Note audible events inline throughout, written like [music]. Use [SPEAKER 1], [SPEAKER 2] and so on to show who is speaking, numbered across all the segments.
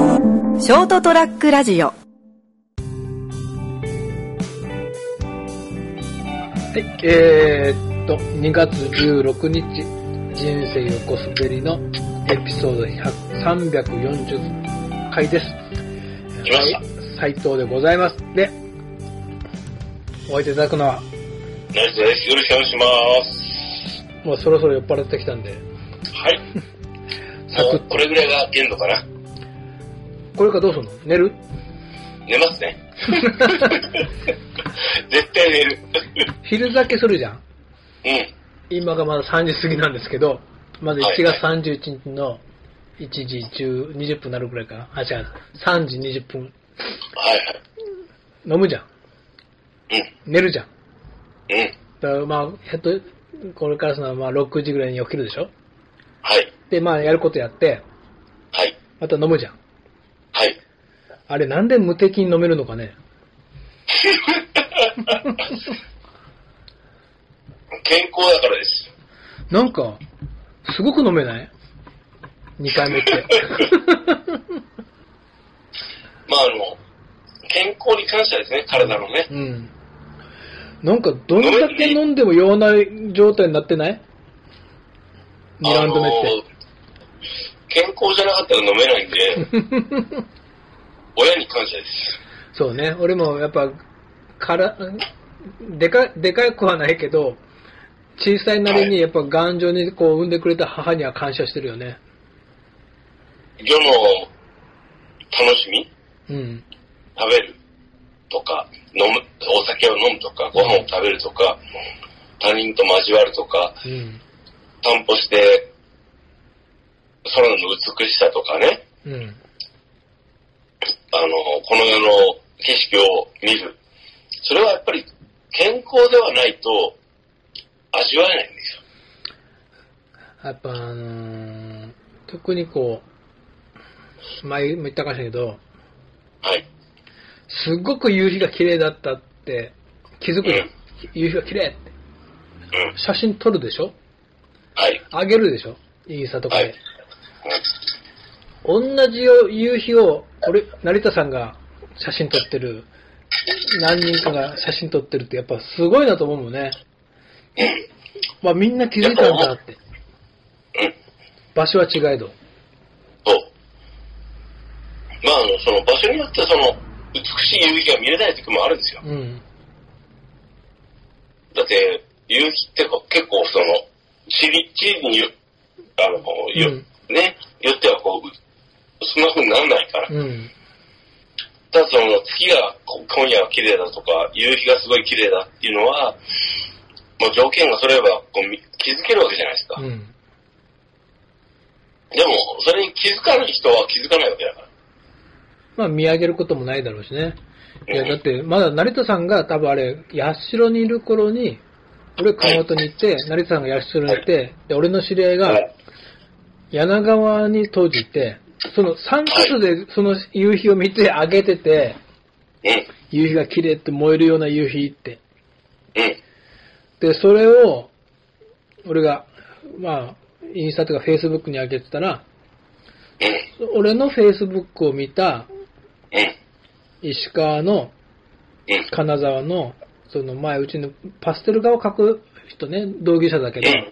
[SPEAKER 1] ショートトラックラジオ
[SPEAKER 2] はい、えー、っと、2月16日、人生横滑りのエピソード100 340回です。
[SPEAKER 3] 来ました
[SPEAKER 2] 斉藤でございます。で、お会いいただくのは、
[SPEAKER 3] ナイスです。よろしくお願いします。
[SPEAKER 2] もうそろそろ酔っ払ってきたんで、
[SPEAKER 3] はい。
[SPEAKER 2] [laughs] サク
[SPEAKER 3] も
[SPEAKER 2] ッ
[SPEAKER 3] う、これぐらいが限度かな。
[SPEAKER 2] これからどうするの寝る
[SPEAKER 3] 寝ますね。
[SPEAKER 2] [laughs]
[SPEAKER 3] 絶対寝る。
[SPEAKER 2] 昼酒するじゃん
[SPEAKER 3] うん。
[SPEAKER 2] 今がまだ3時過ぎなんですけど、まず1月31日の1時10 20分になるくらいかな。あ、違う、3時20分。
[SPEAKER 3] はい
[SPEAKER 2] 飲むじゃん。
[SPEAKER 3] はい。
[SPEAKER 2] 寝るじゃん。
[SPEAKER 3] うん。うん。
[SPEAKER 2] だからまあ、えっと、これからそのまあ6時ぐらいに起きるでしょ
[SPEAKER 3] はい。
[SPEAKER 2] で、まあやることやって、
[SPEAKER 3] はい。
[SPEAKER 2] また飲むじゃん。
[SPEAKER 3] はい。
[SPEAKER 2] あれなんで無敵に飲めるのかね
[SPEAKER 3] 健康だからです。
[SPEAKER 2] なんか、すごく飲めない ?2 回目って。
[SPEAKER 3] まあ、あの、健康に感謝ですね、体のね。
[SPEAKER 2] うん。なんかどんだけ飲んでも酔わない状態になってない2ラウンド目
[SPEAKER 3] あ
[SPEAKER 2] っ
[SPEAKER 3] の健康じゃなかったら飲めない
[SPEAKER 2] [laughs]
[SPEAKER 3] んで、
[SPEAKER 2] て。
[SPEAKER 3] 親に感謝です。
[SPEAKER 2] そうね、俺もやっぱ、から、でか、でかくはないけど、小さいなりにやっぱ頑丈にこう産んでくれた母には感謝してるよね。
[SPEAKER 3] 世の楽しみ
[SPEAKER 2] うん。
[SPEAKER 3] 食べるとか、飲む、お酒を飲むとか、ご飯を食べるとか、他人と交わるとか、
[SPEAKER 2] うん。
[SPEAKER 3] 散歩して、空の美しさとかね、
[SPEAKER 2] うん。
[SPEAKER 3] あの、この世の景色を見る。それはやっぱり健康ではないと味わえないんですよ。
[SPEAKER 2] やっぱあのー特にこう、前も言ったかもしれんけど、
[SPEAKER 3] はい。
[SPEAKER 2] すっごく夕日が綺麗だったって気づくじゃん
[SPEAKER 3] うん。
[SPEAKER 2] 夕日が綺麗って。
[SPEAKER 3] うん。
[SPEAKER 2] 写真撮るでしょ
[SPEAKER 3] はい。
[SPEAKER 2] あげるでしょインスタとか
[SPEAKER 3] は
[SPEAKER 2] で。
[SPEAKER 3] い。うん
[SPEAKER 2] 同じ夕日を、俺、成田さんが写真撮ってる、何人かが写真撮ってるって、やっぱすごいなと思うもんね。まあみんな気づいたんだって。
[SPEAKER 3] うん。
[SPEAKER 2] 場所は違えど。
[SPEAKER 3] そう。まあ、あの、その場所によってはその、美しい夕日が見れない時もあるんですよ。
[SPEAKER 2] うん。
[SPEAKER 3] だって、夕日ってこう結構その、地理、地理によ、あの、よ、
[SPEAKER 2] うん
[SPEAKER 3] ね、よってはこう、そんな風にならないから。
[SPEAKER 2] うん。
[SPEAKER 3] ただその、月がこ今夜は綺麗だとか、夕日がすごい綺麗だっていうのは、もう条件が揃えばこうみ気づけるわけじゃないですか。
[SPEAKER 2] うん。
[SPEAKER 3] でも、それに気づかない人は気づかないわけだから。
[SPEAKER 2] まあ見上げることもないだろうしね。いや、
[SPEAKER 3] うん
[SPEAKER 2] だって、まだ成田さんが多分あれ、八代にいる頃に、俺熊本に行って、成田さんが八代に行って、で、俺の知り合い
[SPEAKER 3] は
[SPEAKER 2] が
[SPEAKER 3] い
[SPEAKER 2] 柳川に当時いて、その3カ所でその夕日を見てあげてて、
[SPEAKER 3] うん、
[SPEAKER 2] 夕日が綺麗って燃えるような夕日って。
[SPEAKER 3] うん、
[SPEAKER 2] で、それを、俺が、まあ、インスタとかフェイスブックに上げてたら、
[SPEAKER 3] うん、
[SPEAKER 2] 俺のフェイスブックを見た
[SPEAKER 3] うん、
[SPEAKER 2] 石川の
[SPEAKER 3] うん、
[SPEAKER 2] 金沢の、その前、うちのパステル画を描く人ね、同業者だけど
[SPEAKER 3] う、ん、うん。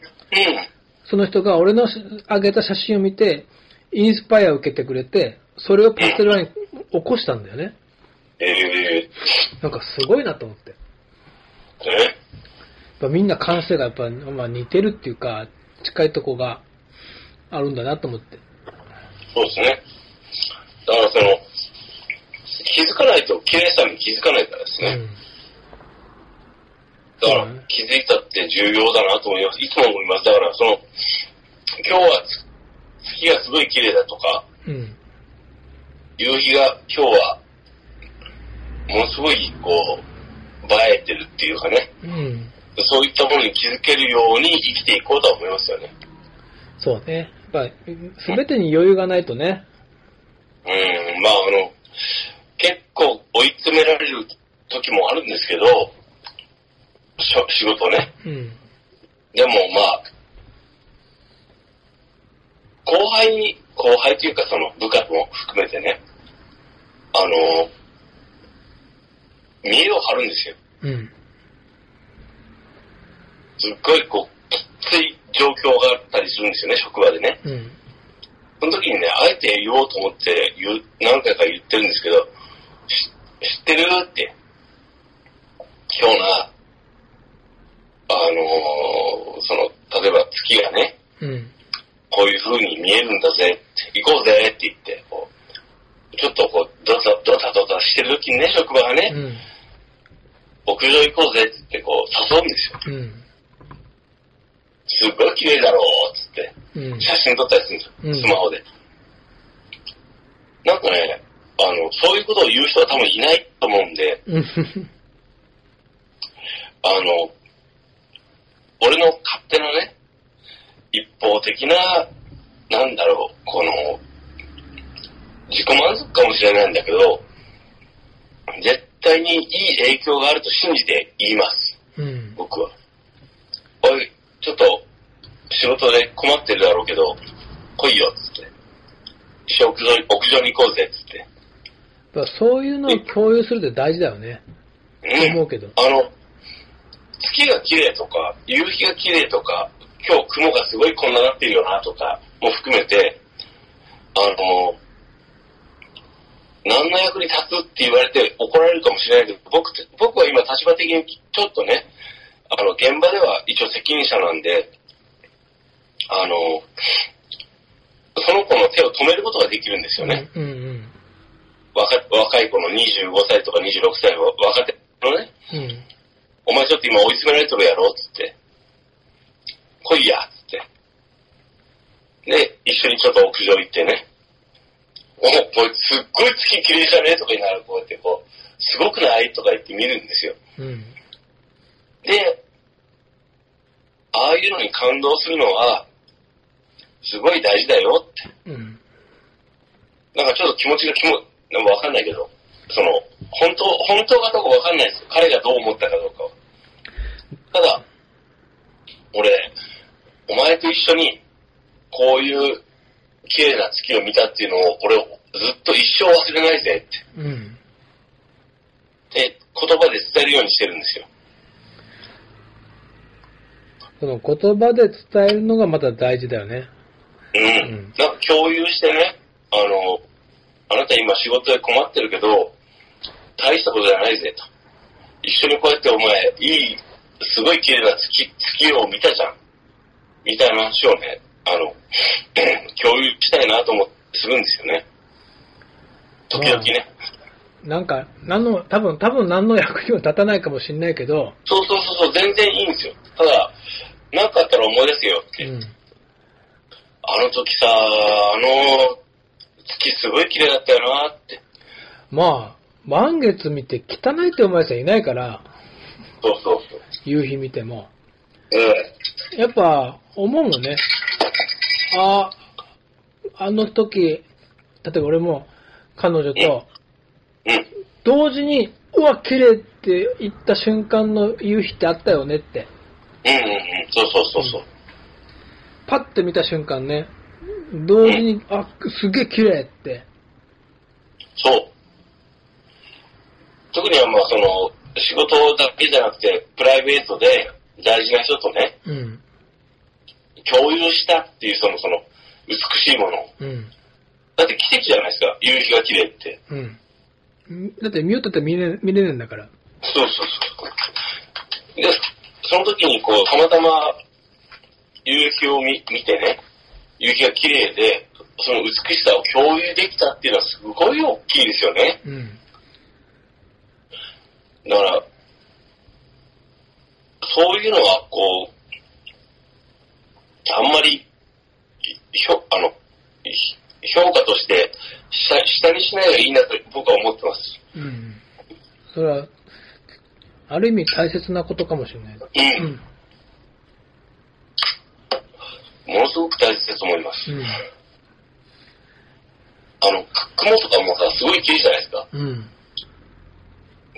[SPEAKER 2] その人が俺の上げた写真を見て、インスパイアを受けてくれて、それをパステル画に起こしたんだよね。
[SPEAKER 3] ええ
[SPEAKER 2] なんかすごいなと思って。や
[SPEAKER 3] ー、ね。
[SPEAKER 2] っぱみんな感性がやっぱ、まあ、似てるっていうか、近いとこがあるんだなと思って。
[SPEAKER 3] そうですね。だからその、気づかないと綺麗さに気づかないからです
[SPEAKER 2] う
[SPEAKER 3] ね。
[SPEAKER 2] ん。そう
[SPEAKER 3] だから
[SPEAKER 2] ね
[SPEAKER 3] 気づいたって重要だなと思います。いつも思います。だからその、今日はつ月がすごい綺麗だとか、
[SPEAKER 2] うん。
[SPEAKER 3] 夕日が今日は、ものすごいこう、映えてるっていうかね、
[SPEAKER 2] うん。
[SPEAKER 3] そういったものに気づけるように生きていこうとは思いますよね。
[SPEAKER 2] そうね。やっぱ、すべてに余裕がないとね。
[SPEAKER 3] うん、まああの、結構追い詰められる時もあるんですけど、しょ仕事ね。
[SPEAKER 2] うん。
[SPEAKER 3] でもまあ、後輩に、後輩というかその部下も含めてね、あの、見栄を張るんですよ。
[SPEAKER 2] うん。
[SPEAKER 3] すっごいこう、きつい状況があったりするんですよね、職場でね。
[SPEAKER 2] うん。
[SPEAKER 3] その時にね、あえて言おうと思って言う、何回か言ってるんですけど、し知ってるって。今日な、あのーその、例えば月がね、
[SPEAKER 2] うん。
[SPEAKER 3] こういう風に見えるんだぜって、行こうぜって言って、こう、ちょっとこう、ドタドタドタしてる時にね、職場がね、
[SPEAKER 2] うん。
[SPEAKER 3] 屋上行こうぜって言って、こう、誘うんですよ。
[SPEAKER 2] うん。
[SPEAKER 3] すっごい綺麗だろうっつって。
[SPEAKER 2] うん。
[SPEAKER 3] 写真撮ったりするんですよ、
[SPEAKER 2] うん
[SPEAKER 3] スマホで。なんかね、あの、そういうことを言う人は多分いないと思うんで、
[SPEAKER 2] うん。
[SPEAKER 3] あの、俺の勝手なね、一方的な、なんだろう、この、自己満足かもしれないんだけど、絶対にいい影響があると信じて言います。
[SPEAKER 2] うん。
[SPEAKER 3] 僕は。おい、ちょっと、仕事で困ってるだろうけど、来いよ、つって。一緒に屋上に屋上に行こうぜ、つって。
[SPEAKER 2] だからそういうのを共有するって大事だよね。と
[SPEAKER 3] う
[SPEAKER 2] 思
[SPEAKER 3] ん。
[SPEAKER 2] うけど。
[SPEAKER 3] あの、月が綺麗とか、夕日が綺麗とか、今日雲がすごいこんななってるよな、とか、も含めて、あの、何の役に立つって言われて怒られるかもしれないけど、僕って、僕は今立場的にちょっとね、あの、現場では一応責任者なんで、あの、その子の手を止めることができるんですよね。
[SPEAKER 2] うんうん
[SPEAKER 3] 若若い子の25歳とか26歳は若手のね、
[SPEAKER 2] うん。
[SPEAKER 3] お前ちょっと今追い詰められてるやろっつって。来いやっつって。で、一緒にちょっと屋上行ってね。おこいつすっごい月綺麗じゃねえとか言いながらこうやってこう、すごくないとか言って見るんですよ。
[SPEAKER 2] うん。うん。
[SPEAKER 3] で、ああいうのに感動するのは、すごい大事だよって。
[SPEAKER 2] うん。
[SPEAKER 3] なんかちょっと気持ちが気も、なんかわかんないけど、その、本当、本当かどうかわかんないですよ。彼がどう思ったかどうかは。ただ、俺、お前と一緒に、こういう綺麗な月を見たっていうのを、俺をずっと一生忘れないぜっ
[SPEAKER 2] うん。
[SPEAKER 3] て、で言葉で伝えるようにしてるんですよ。
[SPEAKER 2] その言葉で伝えるのがまた大事だよね。
[SPEAKER 3] うん。
[SPEAKER 2] うん
[SPEAKER 3] なんか共有してね、あの、あなた今仕事で困ってるけど、大したことじゃないぜと。一緒にこうやってお前、いい、すごい綺麗な月、月を見たじゃん。みたいな話をね、あの、 [clears throat] 共有したいなと思ってするんですよね。時々ね。
[SPEAKER 2] なんか、何の、多分、多分何の役にも立たないかもしんないけど、
[SPEAKER 3] そうそうそうそう、全然いいんですよ。ただ、なんかあったら思い出すよって。
[SPEAKER 2] うん。
[SPEAKER 3] あの時さ、あの、月すごい綺麗だったよなって。
[SPEAKER 2] まあ、満月見て汚いって思うやつはいないから、
[SPEAKER 3] そうそうそう。
[SPEAKER 2] 夕日見ても。
[SPEAKER 3] うん。
[SPEAKER 2] やっぱ、思うのね。ああ、あの時、例えば俺も、彼女と、
[SPEAKER 3] うん。
[SPEAKER 2] 同時に、うわ、綺麗って言った瞬間の夕日ってあったよねって。
[SPEAKER 3] うんうんうん。そうそうそうそう。
[SPEAKER 2] パッて見た瞬間ね、同時に、あ、すげえ綺麗って。
[SPEAKER 3] そう。特にはまあその、仕事だけじゃなくて、プライベートで大事な人とね、
[SPEAKER 2] うん、
[SPEAKER 3] 共有したっていうその、その、美しいもの。
[SPEAKER 2] うん、
[SPEAKER 3] だって奇跡じゃないですか。夕日が綺麗って。
[SPEAKER 2] うん。だって見よったって見れ見れねえんだから。
[SPEAKER 3] そうそうそう。で、その時にこう、たまたま、夕日を見見てね、夕日が綺麗で、その美しさを共有できたっていうのはすごい大きいですよね。
[SPEAKER 2] うん、
[SPEAKER 3] だから、そういうのは、こう、あんまり、ひょあの、ひ評価として下、下にしないがいいなと僕は思ってます。
[SPEAKER 2] うん。それは、ある意味大切なことかもしれない。う
[SPEAKER 3] う。
[SPEAKER 2] んん、
[SPEAKER 3] ものすごく大切だと思います。
[SPEAKER 2] う
[SPEAKER 3] あの、く雲とかもさ、すごい綺麗じゃないですか。
[SPEAKER 2] ん、うん、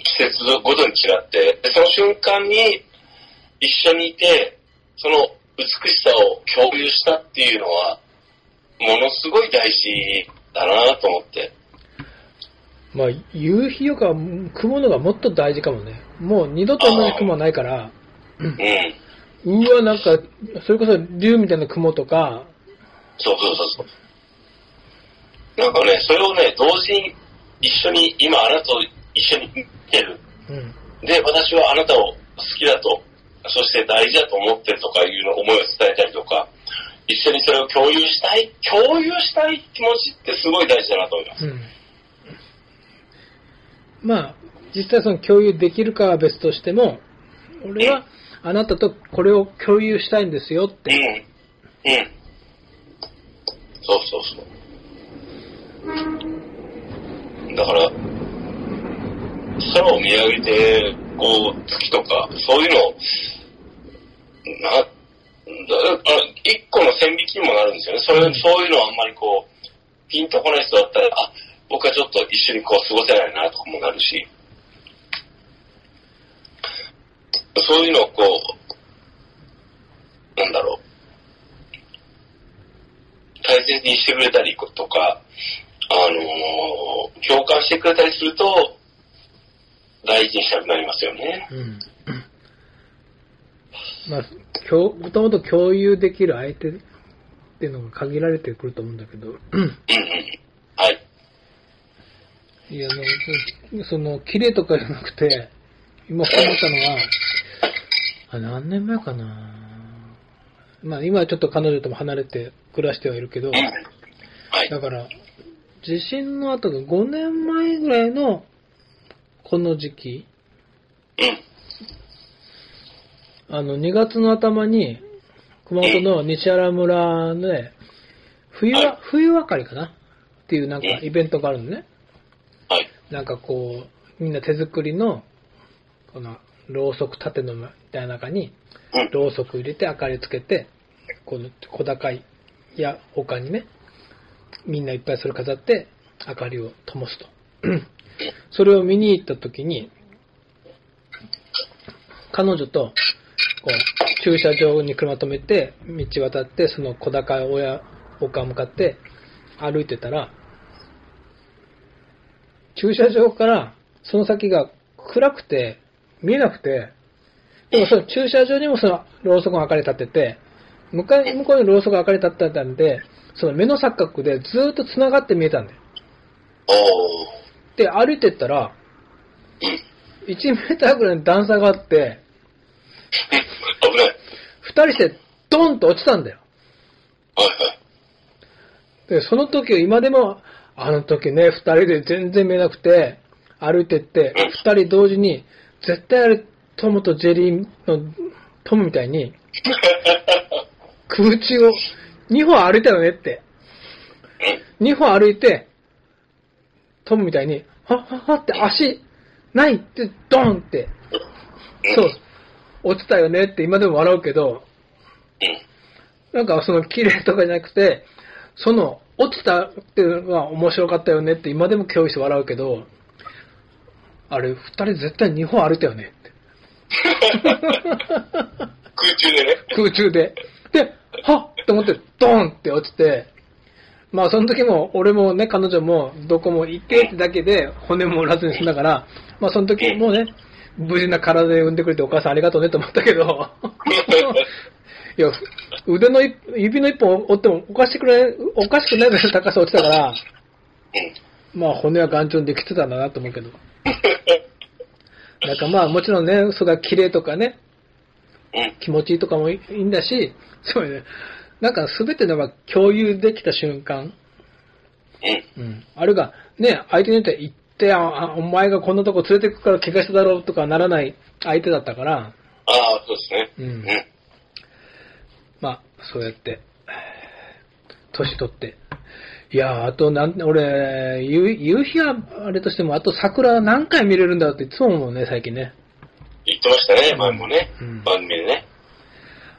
[SPEAKER 3] 季節ごとに違って。でその瞬間に、一緒にいて、その美しさを共有したっていうのは、ものすごい大事だなと思って。
[SPEAKER 2] まあ、夕日よりかは雲のがもっと大事かもね。もう二度と同じ雲はないから、
[SPEAKER 3] うん。
[SPEAKER 2] うわ、なんか、それこそ竜みたいな雲とか、
[SPEAKER 3] そうそうそうそう。なんかね、それをね、同時に一緒に、今あなたと一緒に生きてる。
[SPEAKER 2] うん。
[SPEAKER 3] で、私はあなたを好きだと、そして大事だと思ってるとかいうの思いを伝えたりとか、一緒にそれを共有したい、共有したい気持ちってすごい大事だなと思いま
[SPEAKER 2] う
[SPEAKER 3] す。
[SPEAKER 2] ん。まあ、実際その共有できるかは別としても、俺はあなたとこれを共有したいんですよっ
[SPEAKER 3] うん。う
[SPEAKER 2] て。
[SPEAKER 3] ん。そうそうそう。だから、空を見上げて、こう、月とか、そういうのを、な、だあ一個の線引きにもなるんですよね。それ、
[SPEAKER 2] うん
[SPEAKER 3] そういうのはあんまりこう、ピンとこない人だったら、あ、僕はちょっと一緒にこう過ごせないなとかもなるし、そういうのをこう、なんだろう、大切にしてくれたりとか、あのー共感してくれたりすると、大事にしたくなりますよね。
[SPEAKER 2] うん。まあ、共もともと共有できる相手っていうのが限られてくると思うんだけど、
[SPEAKER 3] うんうん。はい。
[SPEAKER 2] いや、あの、その、綺麗とかじゃなくて、今思ったのは、あ、何年前かなまあ今はちょっと彼女とも離れて暮らしてはいるけど、
[SPEAKER 3] うん。はい。
[SPEAKER 2] だから、地震の後が5年前ぐらいの、この時期、
[SPEAKER 3] うん。
[SPEAKER 2] あの、2月の頭に、熊本の西原村で、冬
[SPEAKER 3] はい
[SPEAKER 2] は、冬分かりかなっていうなんかイベントがあるのね。
[SPEAKER 3] はい。
[SPEAKER 2] なんかこう、みんな手作りの、この、ろうそく縦のみたいな中に、
[SPEAKER 3] うん。
[SPEAKER 2] ろうそく入れて明かりつけて、この小高い、いや、丘にね、みんないっぱいそれ飾って、明かりを灯すと。 [clears throat] それを見に行った時に、彼女と、こう、駐車場に車止めて、道渡って、その小高い親、丘向かって歩いてたら、駐車場から、その先が暗くて、見えなくて、でもその駐車場にもそのろうそくが明かり立ってて、向かい向こうにろうそくが明かり立ってたんで、その目の錯覚でずーっと繋がって見えたんだよ。
[SPEAKER 3] お
[SPEAKER 2] で、歩いてったら、
[SPEAKER 3] ー。うん。
[SPEAKER 2] 1メーターぐらいの段差があって、
[SPEAKER 3] 危ない。
[SPEAKER 2] 2人してドンと落ちたんだよ。
[SPEAKER 3] はいはい。
[SPEAKER 2] で、その時を今でも、あの時ね、2人で全然見えなくて、歩いてって、2人同時に、絶対あれ、トムとジェリーの、トムみたいに、空中を2歩歩いたよねって。2歩歩いて、トムみたいに、はっはっはって足、ないって、ドンって、
[SPEAKER 3] ん
[SPEAKER 2] そう、落ちたよねって今でも笑うけど、
[SPEAKER 3] うん。
[SPEAKER 2] なんかその綺麗とかじゃなくて、その落ちたっていうのが面白かったよねって今でも共有して笑うけど、あれ、二人絶対日本歩いたよねって。
[SPEAKER 3] 空中でね。
[SPEAKER 2] 空中で。で、はっと思って、ドーンって落ちて、まあその時も、俺もね、彼女も、どこも行ってってだけで、骨も折らずに済んだから、まあその時もね、無事な体で産んでくれてお母さんありがとうねと思ったけど、いや、腕の一指の一本折ってもおかしくない、おかしくないぐらいの高さ落ちたから、
[SPEAKER 3] うん。
[SPEAKER 2] まあ骨は頑丈にできてたんだなと思うけど。なんかまあもちろんね、それが綺麗とかね、
[SPEAKER 3] うん。
[SPEAKER 2] 気持ちいいとかもいいんだし、 [laughs] そうね、なんか全てのが共有できた瞬間、
[SPEAKER 3] うん。
[SPEAKER 2] うん、あるいはね、相手によって行って、ああお前がこんなとこ連れてくから怪我しただろうとかならない相手だったから、
[SPEAKER 3] ああ、そうですね。
[SPEAKER 2] うん
[SPEAKER 3] うん。
[SPEAKER 2] まあ、そうやって、年取って。いやーあとなん、俺、夕夕日はあれとしても、あと桜何回見れるんだろうっていつも思うね、最近ね。
[SPEAKER 3] 言ってましたね、前もね。
[SPEAKER 2] うん
[SPEAKER 3] 番組でね。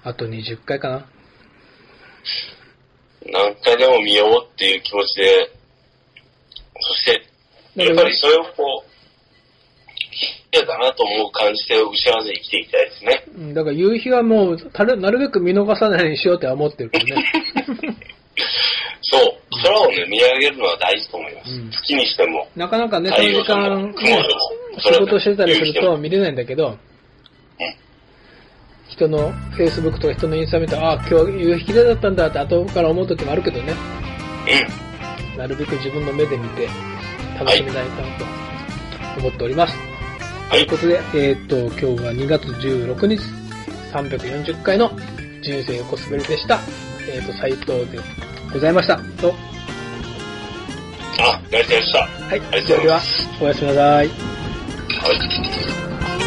[SPEAKER 2] あと20回かな。
[SPEAKER 3] 何回でも見ようっていう気持ちで、そして、やっぱりそれをこう、嫌だなと思う感じで失わずに生きていきたいですね。
[SPEAKER 2] うんだから夕日はもう、たるなるべく見逃さないようにしようって思ってるけどね。
[SPEAKER 3] そう。そ空をね、見上げるのは大事と思います。
[SPEAKER 2] うん
[SPEAKER 3] 月にしても、
[SPEAKER 2] なかなかね、その
[SPEAKER 3] 太陽
[SPEAKER 2] 時
[SPEAKER 3] でも
[SPEAKER 2] 間、
[SPEAKER 3] 雲でも
[SPEAKER 2] ね、仕事してたりすると見れないんだけど、人の Facebook とか人のインスタ見て、ああ、今日夕日綺麗だったんだって後から思う時もあるけどね、
[SPEAKER 3] う
[SPEAKER 2] なるべく自分の目で見て楽しみたいなと思っております。
[SPEAKER 3] ん。は
[SPEAKER 2] とい。
[SPEAKER 3] いう
[SPEAKER 2] ことで、えーっと、今日は2月16日、340回の人生横滑りでした。えーっと、斉藤でございました。と、
[SPEAKER 3] あ、やりたいでした。は
[SPEAKER 2] はい
[SPEAKER 3] あり、が
[SPEAKER 2] それ
[SPEAKER 3] とうござい
[SPEAKER 2] では
[SPEAKER 3] ます、
[SPEAKER 2] おやすみなさい。
[SPEAKER 3] い。